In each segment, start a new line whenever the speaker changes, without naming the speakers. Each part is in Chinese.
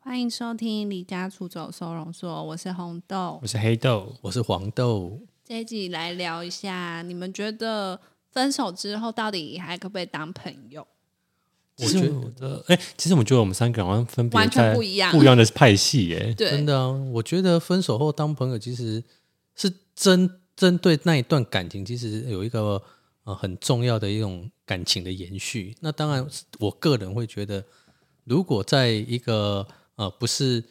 欢迎收听《离家出走收容所》，我是红豆
我。是黑豆，
我是黄豆，
这一集来聊一下，你们觉得分手之后到底还可不可以当朋友？
我觉得，哎、其实我觉得我们三个人好像分别
完全
在
不一样
不一样的派系耶。
对
真，的啊，我觉得分手后当朋友其实是针针对那一段感情，其实有一个呃很重要的一种感情的延续。那当然，我个人会觉得，如果在一个呃不是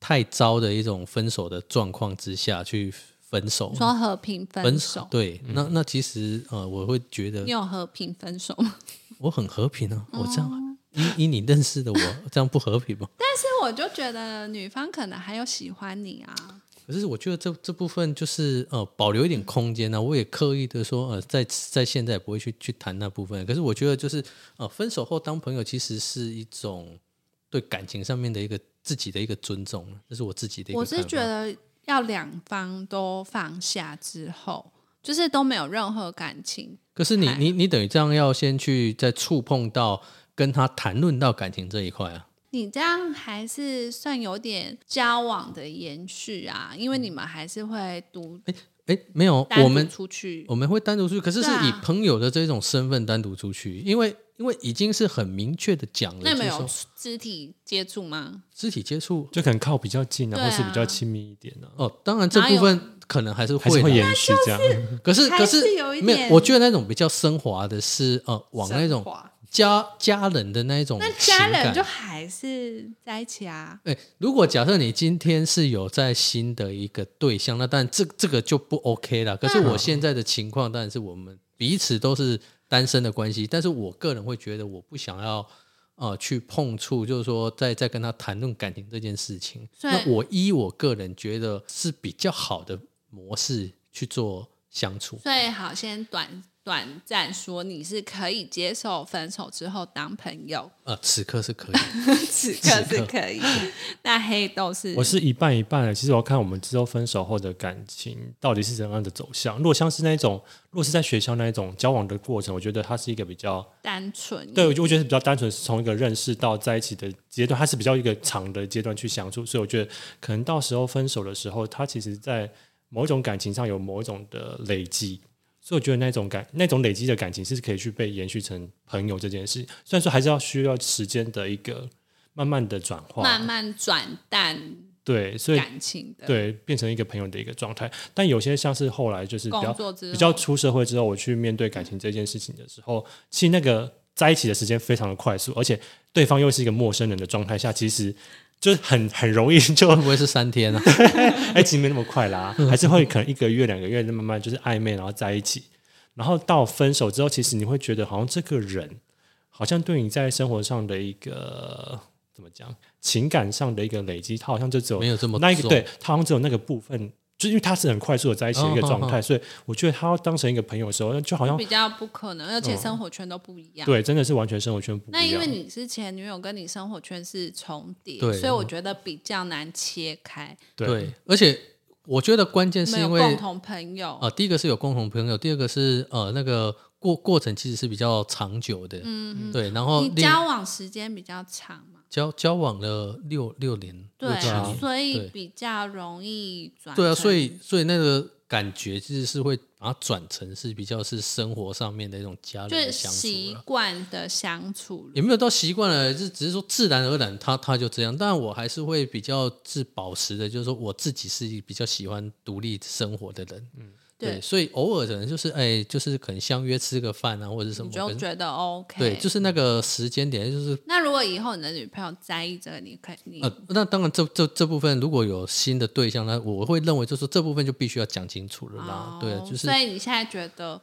太糟的一种分手的状况之下去分手，
说和平分手，
对，那那其实呃，我会觉得
你有和平分手吗？
我很和平啊，我这
哦
样以以你认识的我，这样不和平吗？
但是我就觉得女方可能还有喜欢你啊，
可是我觉得这这部分就是呃，保留一点空间呢、啊我也刻意的说呃，在在现在不会去去谈那部分。可是我觉得就是呃，分手后当朋友其实是一种对感情上面的一个自己的一个尊重，这是我自己的一个
我
看法。
是觉得要两方都放下之后，就是都没有任何感情，
可是你
嗨
你你等于这样要先去再触碰到跟他谈论到感情这一块啊。
你这样还是算有点交往的延续啊，因为你们还是会独
哎，没有，
单
嗯我
独
们
出去
我，们会单独出去，可是是
对啊
以朋友的这种身份单独出去，因为因为已经是很明确的讲了，
那你们
就是
有
说
肢体接触吗？
肢体接触
就可能靠比较近啊，
对啊
或是比较亲密一点啊，
哦，当然这
哪有
部分可能还是
还是
会的
会延续这样。
可是
还
可
是
是
有一
没
点
有，我觉得那种比较升华的是呃，往那
升
种
华
家家人的那一种
那
情
家人
感
就。还是在一起啊，
哎，如果假设你今天是有在新的一个对象，那当然这这个就不 OK 了。可是
嗯
我现在的情况当然是我们彼此都是单身的关系，但是我个人会觉得我不想要呃去碰触，就是说在在跟他谈论感情这件事情。
所以
那我依我个人觉得是比较好的模式去做相处。
最好先短短暂说你是可以接受分手之后当朋友，
呃，此刻是可以。
此刻是可以。那黑豆是
我是一半一半的，其实我看我们之后分手后的感情到底是怎样的走向。如果像是那一种，如果是在学校那一种交往的过程，我觉得它是一个比较
单纯，
对，我觉我觉得是比较单纯，是从一个认识到在一起的阶段，它是比较一个长的阶段去相处，所以我觉得可能到时候分手的时候，它其实在某一种感情上有某一种的累积，所以我觉得那种感那种累积的感情是可以去被延续成朋友这件事，虽然说还是要需要时间的一个慢慢的转化，
慢慢转淡
对，所以
感情的。
对变成一个朋友的一个状态，但有些像是后来就是比较
工作之后
比较出社会之后，我去面对感情这件事情的时候，其实那个在一起的时间非常的快速，而且对方又是一个陌生人的状态下，其实就是很很容易就
会不会是三 天啊？
哎，其实没那么快啦，还是会可能一个月、两个月，慢慢就是暧昧，然后在一起，然后到分手之后，其实你会觉得好像这个人好像对你在生活上的一个怎么讲，情感上的一个累积，他好像就只有
没有这么
那一个
重
对他好像只有那个部分。就因为他是很快速的在一起的一个
哦
状态，
哦
所以我觉得他要当成一个朋友的时候，就好像嗯
比较不可能，而且生活圈都不一样。
对，真的是完全生活圈不一样。
那因为你是前女友，跟你生活圈是重叠，
对
所以我觉得比较难切开。
对
而且我觉得关键是
没有
因为
共同朋友，
呃，第一个是有共同朋友，第二个是呃那个过过程其实是比较长久的，嗯，对。然后
你
另
交往时间比较长嘛，
交交往了六六年，
对
六七
啊
年，
所以
对
比较容易转成。
对啊，所以所以那个感觉其实是会把它转成是比较是生活上面的一种家人
就是
的相
习
处了。
惯的相处了。
也没有到习惯了，就只是说自然而然他，他就这样。但我还是会比较自保持的，就是说我自己是比较喜欢独立生活的人，
对
对，，所以偶尔可能就是哎，就是可能相约吃个饭啊，或者是什
你
么，
就
可是
觉得 OK。嗯
对，就是那个时间点，就是
那如果以后你的女朋友在意这个，你可以你、
呃，那当然这这这部分如果有新的对象，那我会认为就是这部分就必须要讲清楚了
哦
啦，对，啊就是
所以你现在觉得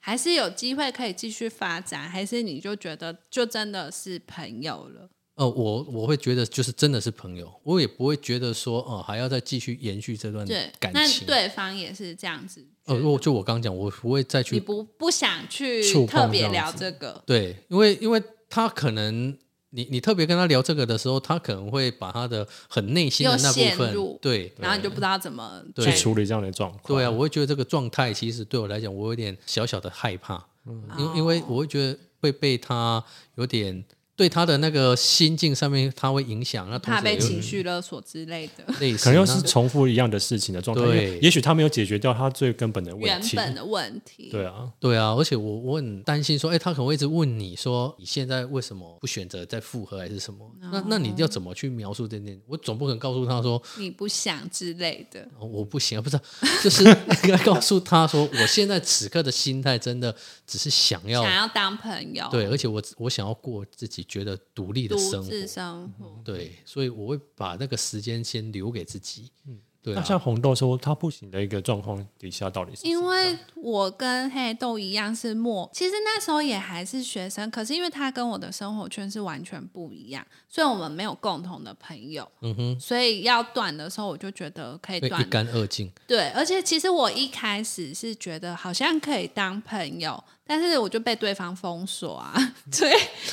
还是有机会可以继续发展，还是你就觉得就真的是朋友了？
呃，我我会觉得就是真的是朋友，我也不会觉得说哦、呃还要再继续延续这段
对，
嗯感
那
情，，
对方也是这样子觉
呃，
得，
如果就我刚讲，我不会再
你
去
不不想去
触碰
特别
这
聊
样子
这个，
对，因为因为他可能你你特别跟他聊这个的时候，他可能会把他的很内心的
又
那部
陷入
分，对，
然后你就不知道怎么
对
去
再
处理这样的状况。
对啊，我会觉得这个状态其实对我来讲，我有点小小的害怕，因、
哦
因为我会觉得会被他有点对他的那个心境上面，他会影响。那同
怕
时
被
也有
情绪勒索之类的
类似，
可能又是
那
重复一样的事情的状态，因为
啊对
也许他没有解决掉他最根本的问
原
题。
本的问题。
对啊，
对啊。而且我我很担心说，哎，他可能会一直问你说，你现在为什么不选择再复合还是什么？那那你要怎么去描述这件？我总不可能告诉他说，
你不想之类的，
哦我不行啊，不是啊， 就是应该告诉他说，我现在此刻的心态真的只是想要
想要当朋友，
对，而且我我想要过自己觉得独立的生
独
活，嗯
自生活，
对，所以我会把那个时间先留给自己。嗯，对
那
啊，
像红豆说他不行的一个状况底下，到底是
因为我跟黑豆一样是默，其实那时候也还是学生，可是因为他跟我的生活圈是完全不一样，所以我们没有共同的朋友，
嗯哼，
所以要断的时候，我就觉得可以
对，
断
一干二净。
对，而且其实我一开始是觉得好像可以当朋友，但是我就被对方封锁啊。 对，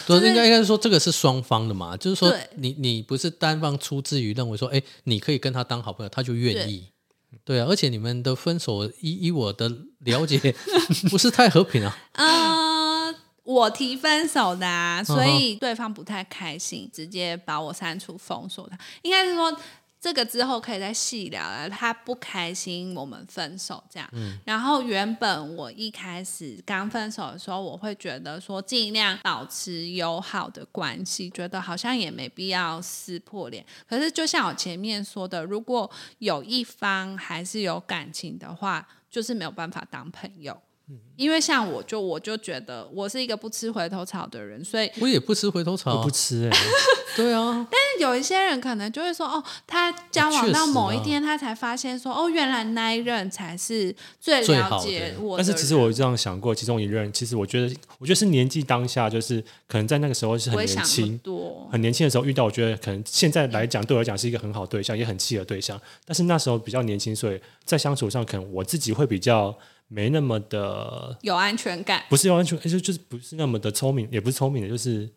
对，啊应该应该是说这个是双方的嘛，就是说
对
你你不是单方出自于认为说，哎，你可以跟他当好朋友，他就愿意。对啊，而且你们的分手，依依我的了解， 不是太和平啊。
呃，我提分手的、啊，所
嗯哼
以对方不太开心，直接把我删除封锁他。应该是说这个之后可以再细聊啊，他不开心我们分手这样。然后原本我一开始刚分手的时候，我会觉得说尽量保持友好的关系，觉得好像也没必要撕破脸。可是就像我前面说的，如果有一方还是有感情的话，就是没有办法当朋友。因为像我就我就觉得我是一个不吃回头草的人，所以
我也不吃回头草
我
啊
不，吃哎、
对啊，
有一些人可能就会说，哦，他交
哦确
往
实啊
到某一天，他才发现说，哦，原来那一任才是最
最
了
好的
解我的人。
但是其实我这样想过，其中一任，其实我觉得，我觉得是年纪当下，就是可能在那个时候是
不会
很年
想那么
轻，
多，
很年轻的时候遇到，我觉得可能现在来讲对我来讲是一个很好对象，也很契合对象。但是那时候比较年轻，所以在相处上，可能我自己会比较没那么的，
有安全感。
不是完全就就是不是那么的聪明，也不是聪明的，就是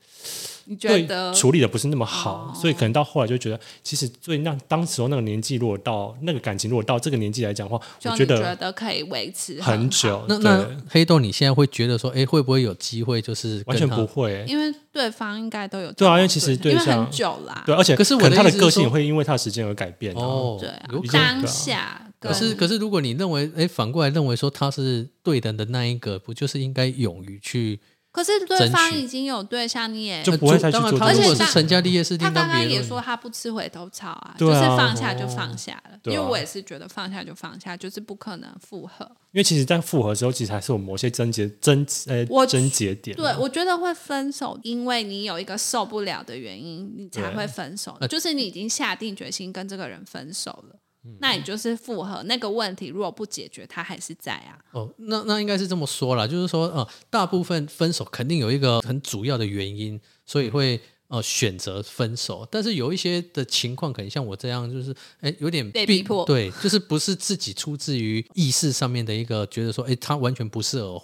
你觉
对
得哦
处理的不是那么好，所以可能到后来就觉得，其实最那当时候那个年纪，如果到那个感情，如果到这个年纪来讲的话，
就
我
你
觉
觉
得
得可以维持
很
好
久，
那
对
那黑豆，你现在会觉得说，哎，会不会有机会就是
完全
跟他
不会、
因为对方应该都有
对
交
啊
往
因为其实
对象因
对
为
象
很久啦，
对，而啊且
可是我的
能他的
意思是
个性也
说
会因为他的时间而改变、啊。
哦，
对啊
有可能
当下
可
跟
是，可是，如果你认为，哎，反过来认为说他是对的的那一个，不就是应该勇于去？
可是对
争
方
取
已经有对象，你也
就
呃
不会再去
当然，
做
他
这
如
种
果
事
是
情
成家立业是
他
另
刚
当
刚
别
也
论。
说他不吃回头草啊，
对
就是
啊
放下就放下了，
对啊
因为我也是觉得放下就放下，就是不可能复合。
因为其实，在复合之后，其实还是有某些症结、症呃
我
症结点。
对，我觉得会分手，因为你有一个受不了的原因，你才
对
会分手。就是你已经下定决心跟这个人分手了，
嗯
那你就是复合。那个问题如果不解决，他还是在啊。
哦，那那应该是这么说啦，就是说，呃，大部分分手肯定有一个很主要的原因，所以
嗯
会呃选择分手。但是有一些的情况，可能像我这样，就是哎有点
被
逼
逼迫
对，就是不是自己出自于意识上面的一个觉得说，哎，他完全不适合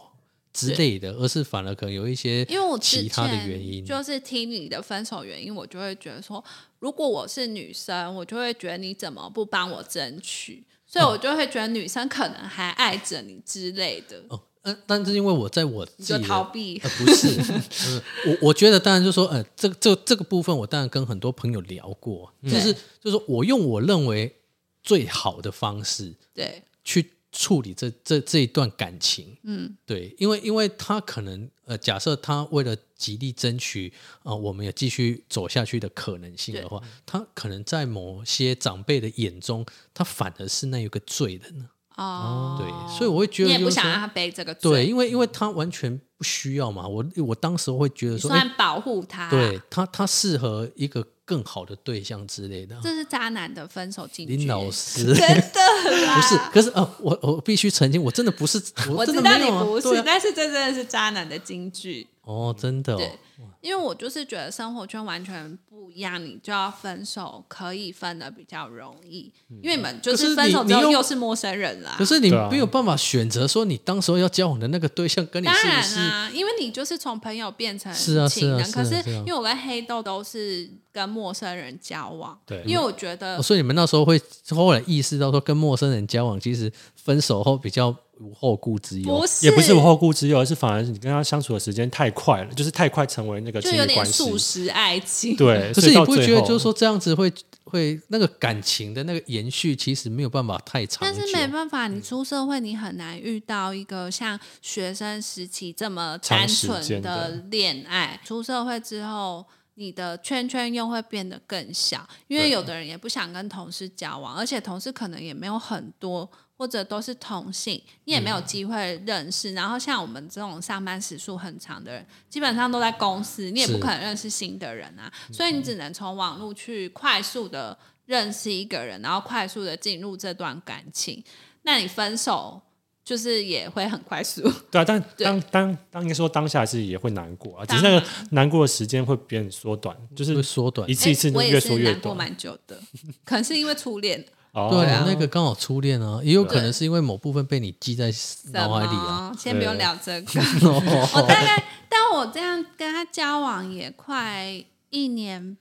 之类的，而是反而可能有一些
因为我之
其他的原
前
因，
就是听你的分手原因，我就会觉得说，如果我是女生，我就会觉得你怎么不帮我争取，所以
哦
我就会觉得女生可能还爱着你之类的，
哦，呃，但是因为我在我自
你
己
就
的
逃避。
呃，不是，呃我我觉得当然就说，呃，这个这个这个部分，我当然跟很多朋友聊过，
嗯
就是就是说我用我认为最好的方式
对，
去处理这这这一段感情，
嗯，
对，因为因为他可能呃，假设他为了极力争取啊、呃我们也继续走下去的可能性的话，他可能在某些长辈的眼中，他反而是那一个罪人呢，
哦，
对，所以我会觉得
你也不
就是
想
说
让他背这个
对，
罪，
因为因为他完全不需要嘛，我我当时会觉得
嗯你
说，
算保护他。
对，他，他适合一个更好的对象之类的。
这是渣男的分手金句。
林老 师
真的啦，
不是，可是哦，我我必须澄清，我真 的不是，
我
真
知
的
道
没
你
有啊，
不是，
对啊
但是这真的是渣男的金句。
哦，真的、哦
对，因为我就是觉得生活圈完全不一样，你就要分手，可以分的比较容易，因为你们就
嗯可是
分手
你
之
你
后
又
又是陌生人啦
可。是你
对啊
没有办法选择说你当时候要交往的那个对象跟你
当
是不
然啊
是？
啦、因为你就是从朋友变成
是啊
情人，
是啊
可
是啊是啊
因为我跟黑豆都是跟陌生人交往，
对
因为我觉得
哦所以你们那时候会后来意识到说，跟陌生人交往，其实分手后比较无后顾之忧
不。是
也不是无后顾之忧，而是反而是你跟他相处的时间太快了，就是太快成成为那个
就
亲
有
密
点
关系
素。食爱情。
对，
可
所
是
以
你
到
不
最
觉得
后
就是说这样子会会那个感情的那个延续，其实没有办法太长
但
久。
是没办法，你出社会，你很难遇到一个像学生时期这么单
长时
纯
间
的
的
恋爱。出社会之后，你的圈圈又会变得更小，因为有的人也不想跟同事交往，而且同事可能也没有很多，或者都是同性，你也没
嗯
有机会认识。然后像我们这种上班时数很长的人，基本上都在公司，你也不
是
可能认识新的人啊，
嗯
所以你只能从网络去快速的认识一个人，然后快速的进入这段感情。那你分手就是也会很快速，
对啊，但
对
当当当应该说当下是也会难过啊，只是
当
那
然
个难过的时间会变得缩短，就是
会缩短
一。次一次
哎我也
越缩
是
越
难过
短。
蛮久的，可能是因为初恋
哦，
对啊，
对啊
那个刚好初恋啊，也有可
对
能是因为某部分被你记在
什
脑海里啊。
么，先不用
对
聊这个。 我
哦
大概，但我这样跟他交往也快一年，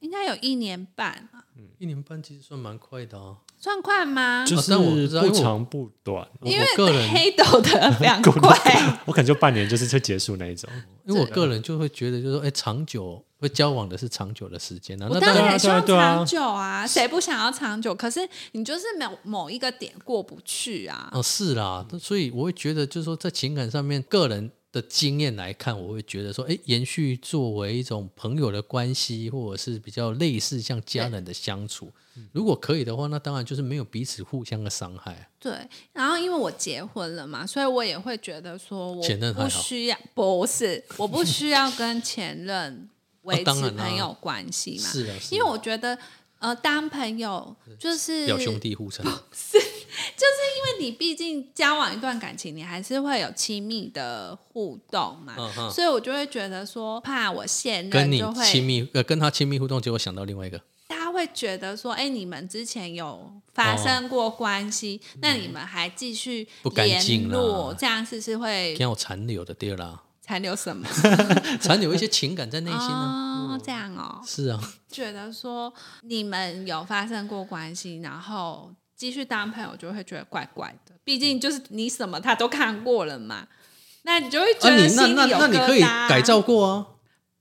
应该有一年半了，
一年半其实算蛮快的啊。
算快吗？
就
哦
是
但我不知道因为我
长不短，
我
因为
我个人，
黑豆的非常快，
我可能就半年就是就结束那一种。
因为我个人就会觉得，就是说，哎，长久会交往的是长久的时间啊。
我
那
当然
对啊
也希望
对啊
长久啊，谁不想要长久？可是你就是某某一个点过不去啊。
哦，是啦，所以我会觉得，就是说，在情感上面，个人的经验来看，我会觉得说，哎，延续作为一种朋友的关系，或者是比较类似像家人的相处，
嗯
如果可以的话，那当然就是没有彼此互相的伤害。啊
对，然后因为我结婚了嘛，所以我也会觉得说，我
前任还
不
好
需要，不是，我不需要跟前 任维
哦当
持
然啦
朋友关系嘛。
是啊，
因为
我
我觉得，呃，当朋友就是哦
表兄弟互称，
你毕竟交往一段感情，你还是会有亲密的互动嘛，
嗯哼
所以我就会觉得说，怕我现
跟
任
你
就会，
亲密呃跟他亲密互动，结果想到另外一个，
他会觉得说，哎、你们之前有发生过关系，那你们还继续
哦嗯不干
联
净啦
络，这样是不是会
挺有残留的对啦，
残留 什么？
残留一些情感在内心啊。
哦，这样哦，
是啊，
觉得说你们有发生过关系，然后继续当朋友，就会觉得怪怪的。毕竟就是你什么他都看过了嘛，那你就会觉
啊
得
你
心
那
里有疙瘩、
那那你可以改造过啊，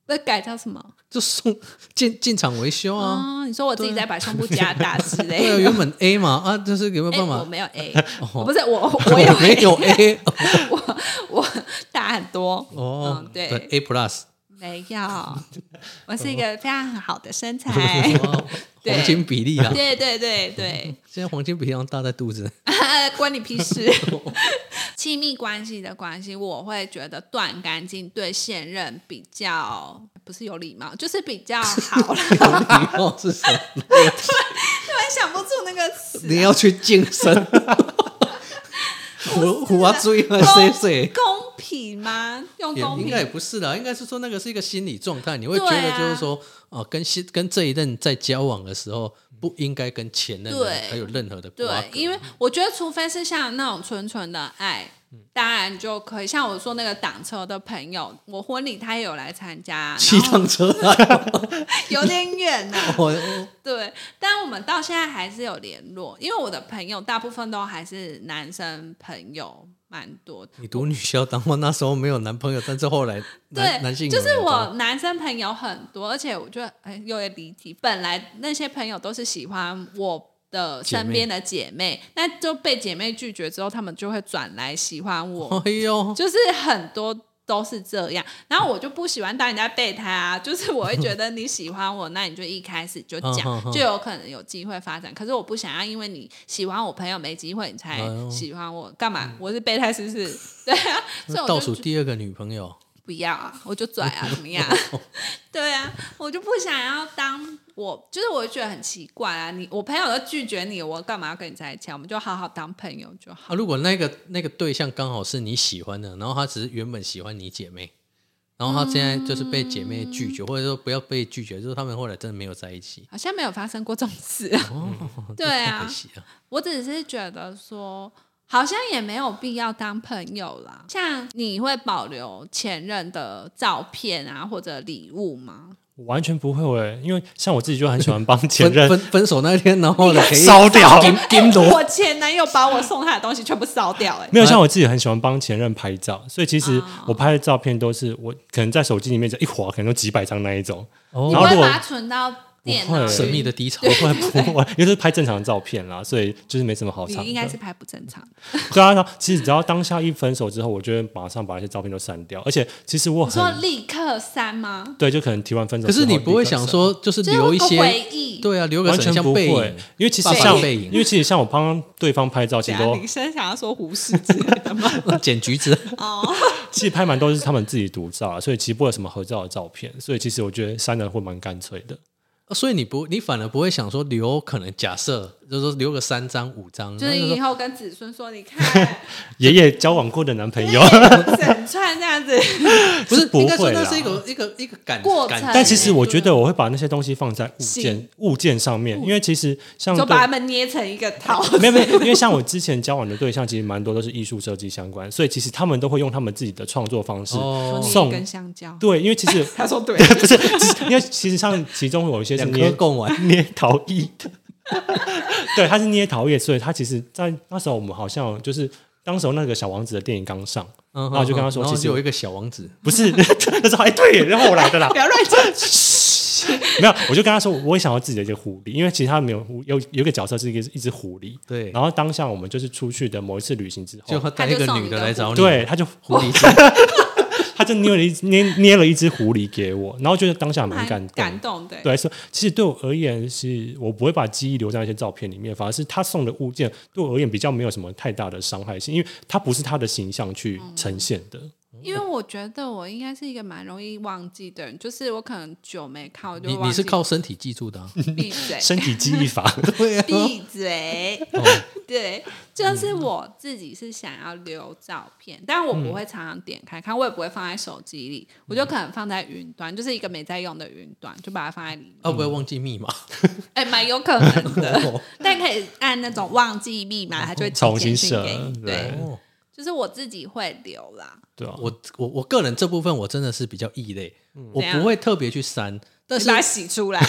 那改造什么？
就送进进厂维修啊。
哦，你说我自己在把胸部加大之
对啊，
类的。
原本 A 嘛啊，就是有没有
哎
办
我
法？哦
没有 A，、不是我，我
我
有
没有 A
我我大很多，
哦
嗯，对
，A plus
没有，我是一个非常好的身材， 哎
哦
对
黄金比例啦。啊
对对对对。
现在黄金比例好像大在肚 子，
关你屁事！ 亲密关系的关系，我会觉得断干净对现任比较不是有礼貌，就是比较好 啦。
有礼貌是什
啊
么？
突然想不出那个词，
你要去健 身，我
啊
我要注意了，谁谁。
公平吗？用
也
公
应该也
平
不是啦，应该是说那个是一个心理状态，你会
对
觉
啊
得就是说，哦、跟新跟这一任在交往的时候，不应该跟前任
对
还有任何的瓜
对，
葛。
因为我觉得，除非是像那种纯纯的爱。
嗯
当然就可以，像我说那个挡车的朋友，我婚礼他也有来参加，
骑
然后
趟车来，
有点远啊呐、
我我
对，但我们到现在还是有联络，因为我的朋友大部分都还是男生朋友，蛮多的。
你读女校，当我那时候没有男朋友，但是 后来
对
男，男性有
就是
人
我男生朋友很多，而且我觉得哎，有点离题。本来那些朋友都是喜欢我的
姐
身
妹
边的姐妹，那就被姐妹拒绝之后，他们就会转来喜欢我。
哎呦，
就是很多都是这样。然后我就不喜欢当人家备胎啊，就是我会觉得你喜欢我，那你就一开始就
嗯哼
讲，
哼
就有可能有机会发展。可是我不想要，因为你喜欢我朋友没机会，你才
哎呦
喜欢我，干嘛？我是备胎是不 是？对啊，所以
那
我
倒
就
数第二个女朋友，
不要啊，我就拽啊，怎么样？ 对啊，我就不想要当我，就是我觉得很奇怪啊，你我朋友都拒绝你，我干嘛要跟你在一起啊？我们就好好当朋友就好。
啊，如果那个那个对象刚好是你喜欢的，然后他只是原本喜欢你姐妹，然后他现在就是被姐妹拒绝，或者说不要被拒绝，就是他们后来真的没有在一起。
好像没有发生过这种事啊、
哦，
对啊
这太可惜了。
我只是觉得说，好像也没有必要当朋友啦。像你会保留前任的照片啊，或者礼物吗？
我完全不会、欸，因为像我自己就很喜欢帮前任
分分分手那一天，然后呢，
烧掉。
金金锣
我前男友把我送他的东西全部烧掉、哎，
没有像我自己很喜欢帮前任拍照，所以其实
啊
我拍的照片都是我可能在手机里面这一划，可能都几百张那 一种。
你
然
不
后
会
如果
把它存到电
不
脑
会
里
神秘的低潮
不。会不会，因为都是拍正常的照片啦，所以就是没什么 好
你
藏的。
应该是拍不正常。
对啊，然后其实只要当下一分手之后，我就会马上把那些照片都删掉。而且其实我
你说
很
立刻删吗？
对，就可能提完分手
可
之后
是
立刻
你
删，
不会想说，就是
就是
留一
个
些，
回忆。
对啊，留个
完
神
全
像
不
背
会
影，，
因为其实
爸爸
像
背影
因为其实像我帮对方拍照，其
对
实
啊，
都
女生想要说胡适之类 的吗？
捡橘子。
其实拍满都是他们自己独照啊，所以其实不会有什么合照的照片，所以其实我觉得删了会蛮干脆的。
所以你不，你反而不会想说留，可能假设就是说留个三张五张，
就
然
是
后就
以
说
后跟子孙说，你 看
爷爷交往过的男朋友，
整串这样子，
不是
是不
应该说
会
那
啦
是一个一个一个感
过
感
程
觉
啊但其实我觉
对
得我会把那些东西放在物件
信
物件上面，因为其实像
就
对。
把它们捏成一个套。
没有 没有，因为像我之前交往的对象，其实蛮多都是艺术设计相关，所以其实他们都会用他们自己的创作方式。
哦，
一
送
根香蕉，
对，因为 其实
他说对，
不是，其实因为其实像其中有一些是
两
捏
颗供完，
捏陶艺的， 对，他是捏陶艺，所以他其实，在那时候我们好像就是当时候那个小王子的电影刚上，
然
然后就跟他说
嗯然后
其实
就有一个小王子，
不是 那时候哎对，然后我来的啦
不，要乱讲。
没有，我就跟他说我也想要自己的一个狐狸，因为其实他没有有有一个角色是一个一只狐狸，
对，
然后当下我们就是出去的某一次旅行之后，
就他带
他就
一个
送
女
一
的
个
来
狐
找你，
对，他就狐
狐狸精，
他就捏了一捏捏了一只狐狸给我，然后觉得当下蛮感动。
感动的，
对，所以其实对我而言是，我不会把记忆留在那些照片里面，反而是他送的物件对我而言比较没有什么太大的伤害性，因为它不是他的形象去呈现的。
因为我觉得我应该是一个蛮容易忘记的人，就是我可能久没看，我就
你
忘
你
记
是靠身体记住的啊，
闭嘴，
身体记忆 法，
对啊，
闭 嘴。
哦
对，就是
嗯
我自己是想要留照片，但我不会常常点开看，我也不会放在手机里，我
嗯
就可能放在云端，就是一个没在用的云端，就把它放在里面。
啊，不要忘记密码，
哎、蛮有可能
哦
的，但可以按那种忘记密码，它就会寄
重新
简讯
设
给你。对
对，
哦
就是我自己会留啦。
对啊，
我我我个人这部分我真的是比较异类，
嗯
我
怎
不
样
会特别去删，但
你
是
把它洗出来，